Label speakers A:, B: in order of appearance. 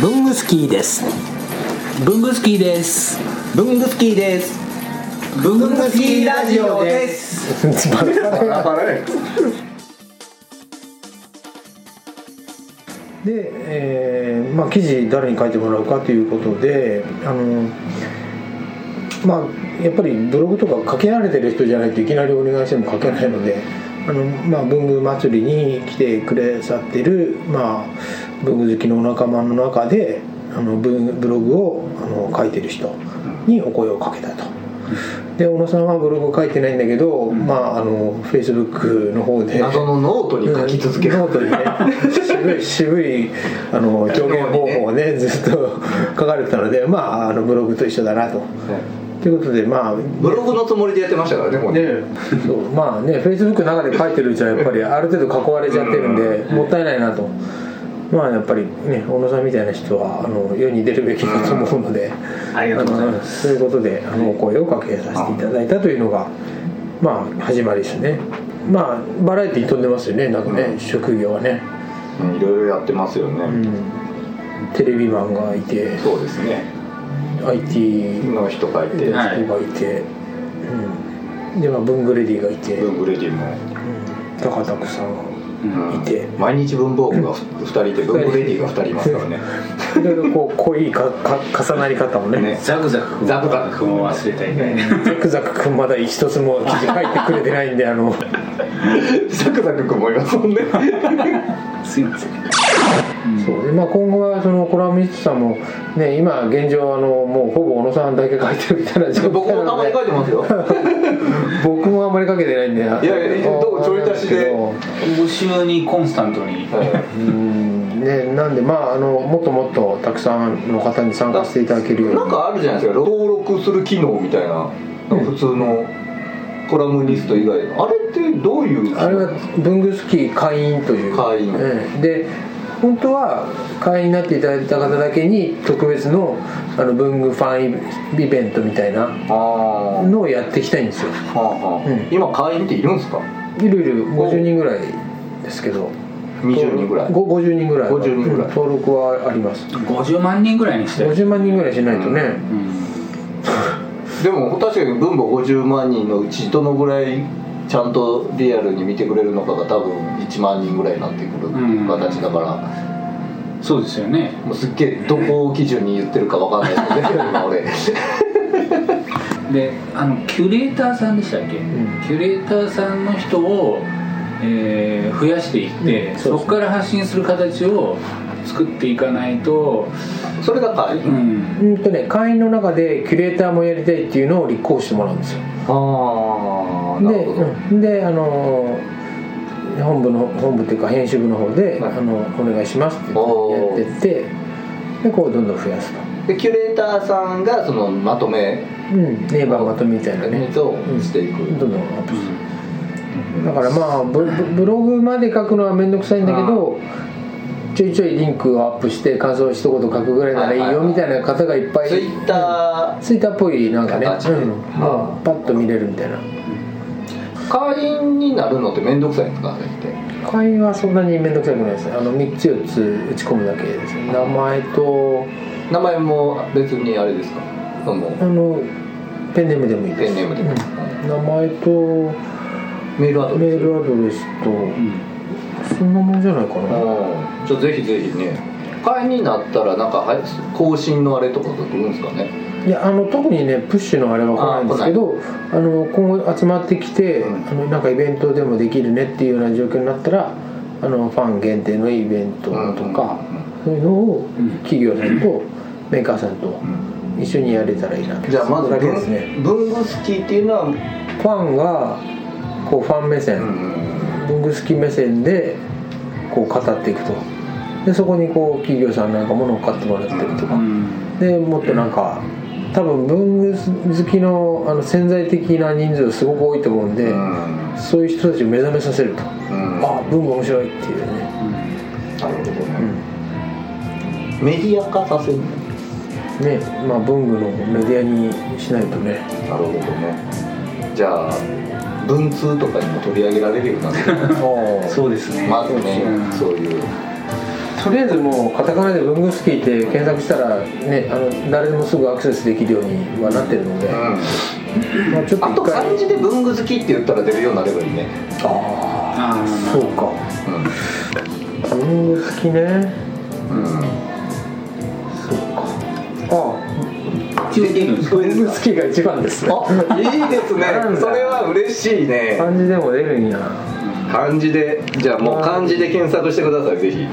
A: 文具スキーです文具スキーです
B: 文具スキーです
A: 文
B: 具スキーラジオです
C: で、えーまあ、記事誰に書いてもらうかということであのまあやっぱりブログとか書けられてる人じゃないといきなりお願いしても書けないのであの、まあ、文具祭りに来てくれさってる、まあ、文具好きのお仲間の中であのブブログをあの書いてる人にお声をかけたと。で小野さんはブログ書いてないんだけど、まああのフェイスブックの方で
B: 謎のノートに書き続ける
C: ノートにね渋い渋いあの表現方法をねずっと書かれてたのでまああのブログと一緒だなと。ということでまあ
B: ブログのつもりでやってましたからねこれ
C: ね、そう まあねフェイスブックの中で書いてるうちはやっぱりある程度囲われちゃってるんでもったいないなとまあやっぱりね小野さんみたいな人はあの世に出るべきだと思うので、
A: ありがとうございます
C: そういうことであのお声をかけさせていただいたというのがまあ始まりですねまあバラエティー飛んでますよねなんかね、職業はね、
B: うんいろいろやってますよ
C: う
B: ね
C: ん、テレビマンがいて
B: そうですね
C: IT
B: の人書いて
A: はい
C: 人がいて、うん、でまあ文具レディがいて、
B: 文具レディも
C: 高田区さん
B: うん
C: いて
B: 毎日文房具が2人で文具レディが2人いますから ね
C: いろいろこう濃いかか重なり方もね
B: ね
A: ザクザク
B: ザクザク
A: 君を忘れたいね
C: ザクザク君まだ一つも記事書いてくれてないんであの
B: ザクザクくんもいますもんね
A: すいません
C: そうでまあ、今後はそのコラムニストさんも、ね、今現状あのもうほぼ小野さんだけ書いてるみたいな状態
B: 僕も
C: な
B: た
C: の
B: ま
C: で
B: に書いてますよ
C: 僕もあんまり書けてないんでいや
B: いやいやどうちょい足しで
A: 募集にコンスタントに
C: うんねなんでまああのもっともっとたくさんの方に参加していただけるように
B: なんかあるじゃないですか登録する機能みたいな普通のコラムニスト以外のあれってどういう
C: あれは文具スキー会員という
B: 会員
C: ええで本当は会員になっていただいた方だけに特別のあの文具ファンイベントみたいな
B: ああ
C: のをやっていきたいんですよ
B: はあはあ
C: うん
B: 今会員っているんですか
C: いろいろ50人ぐらいですけど
B: 20人ぐらい
C: ご50人ぐらいは
B: 50人ぐらい
C: うん登録はあります
A: 50万人ぐらいにして
C: 50万人ぐらいしないとね、
A: うん
B: でも確かに分母50万人のうちどのぐらいちゃんとリアルに見てくれるのかが多分1万人ぐらいになってくる
A: ん
B: 形だから、
A: そうですよね
B: もうすっげえどこを基準に言ってるかわかんないです けどね今俺
A: であのキュレーターさんでしたっけ、
C: ん
A: キュレーターさんの人を、えー増やしていって、
C: うんそ
A: そ
C: うです
A: こから発信する形を作っていかないと、
B: それが会
A: う
B: 員
A: ん、
C: うんとね会員の中でキュレーターもやりたいっていうのを立候補してもらうんですよ
B: ああなる
C: で
B: ほど、
C: うんであのー本部の本部っていうか編集部の方で、
B: はい
C: あのお願いしますって
B: おー
C: やってってでこうどんどん増やすと、
B: でキュレーターさんがそのまとめ
C: うん、ネイバーまとめみたいなね
B: 水をしていく、
C: どんどんアップするだからまあブブブログまで書くのは面倒くさいんだけどちょいちょいリンクをアップして感想を一言書くぐらいならいい
B: はいはい
C: よ
B: はい
C: みたいな方がいっぱい
B: ツイッター
C: ツイッターっぽいなんかね、
B: 形で
C: うん、まあパッと見れるみたいな
B: 会員になるのって面倒くさいんですかあれって
C: 会員はそんなに面倒くさくないですねあの3つ4つ打ち込むだけですね名前と
B: 名前も別にあれですかその
C: あのペンネームでもいいです
B: ペンネームでも
C: うん名前と
B: メールアド
C: メ
B: レス
C: ールアドレスと、そんなもんじゃないかな
B: うんじゃあぜひぜひね会員になったらなんかはい更新のあれとかが来るんですかね
C: いやあの特にねプッシュのあれは来ないんですけどあの今後集まってきて、
B: うん
C: あのなんかイベントでもできるねっていうような状況になったらあのファン限定のイベントとか、そういうのを
A: うん
C: 企業さんとメーカーさんと一緒にやれたらいいな
B: じゃあまず
C: それだけですね
B: 文具スキーっていうのは、
C: ファンがこうファン目線、文具好き目線でこう語っていくとでそこにこう企業さんなんかものを買ってもらったりとか、でもっとなんか多分文具好きのあの潜在的な人数すごく多いと思うんで、
B: うん
C: そういう人たちを目覚めさせると、
B: うん
C: あ文具面白いっていうね、
B: なるほど
C: う
B: ね、
C: ん
B: メディア化させる
C: ねまあ文具のメディアにしない とね
B: なるほどねじゃあ文通 とかにも取り上げられるようになって
C: ああ
A: そうですね
B: まずね
A: うん
B: そういう
C: とりあえずもうカタカナで文具スキーって検索したらねあの誰でもすぐアクセスできるようにはなってるので、まあ、ちょっと
B: あと
C: 一回
B: 漢字で文具好きって言ったら出るようになればいいね、
C: あ
A: あ
C: あ
A: ー
C: そうか文具好きね
B: うん
C: そうかあ
A: 一応できるんですか
C: 文具好きが一番ですね
B: あいいですね
C: なんだ
B: それは嬉しいね
C: 漢字でも出るんや
B: 漢字でじゃあもう漢字で検索してくださいぜひ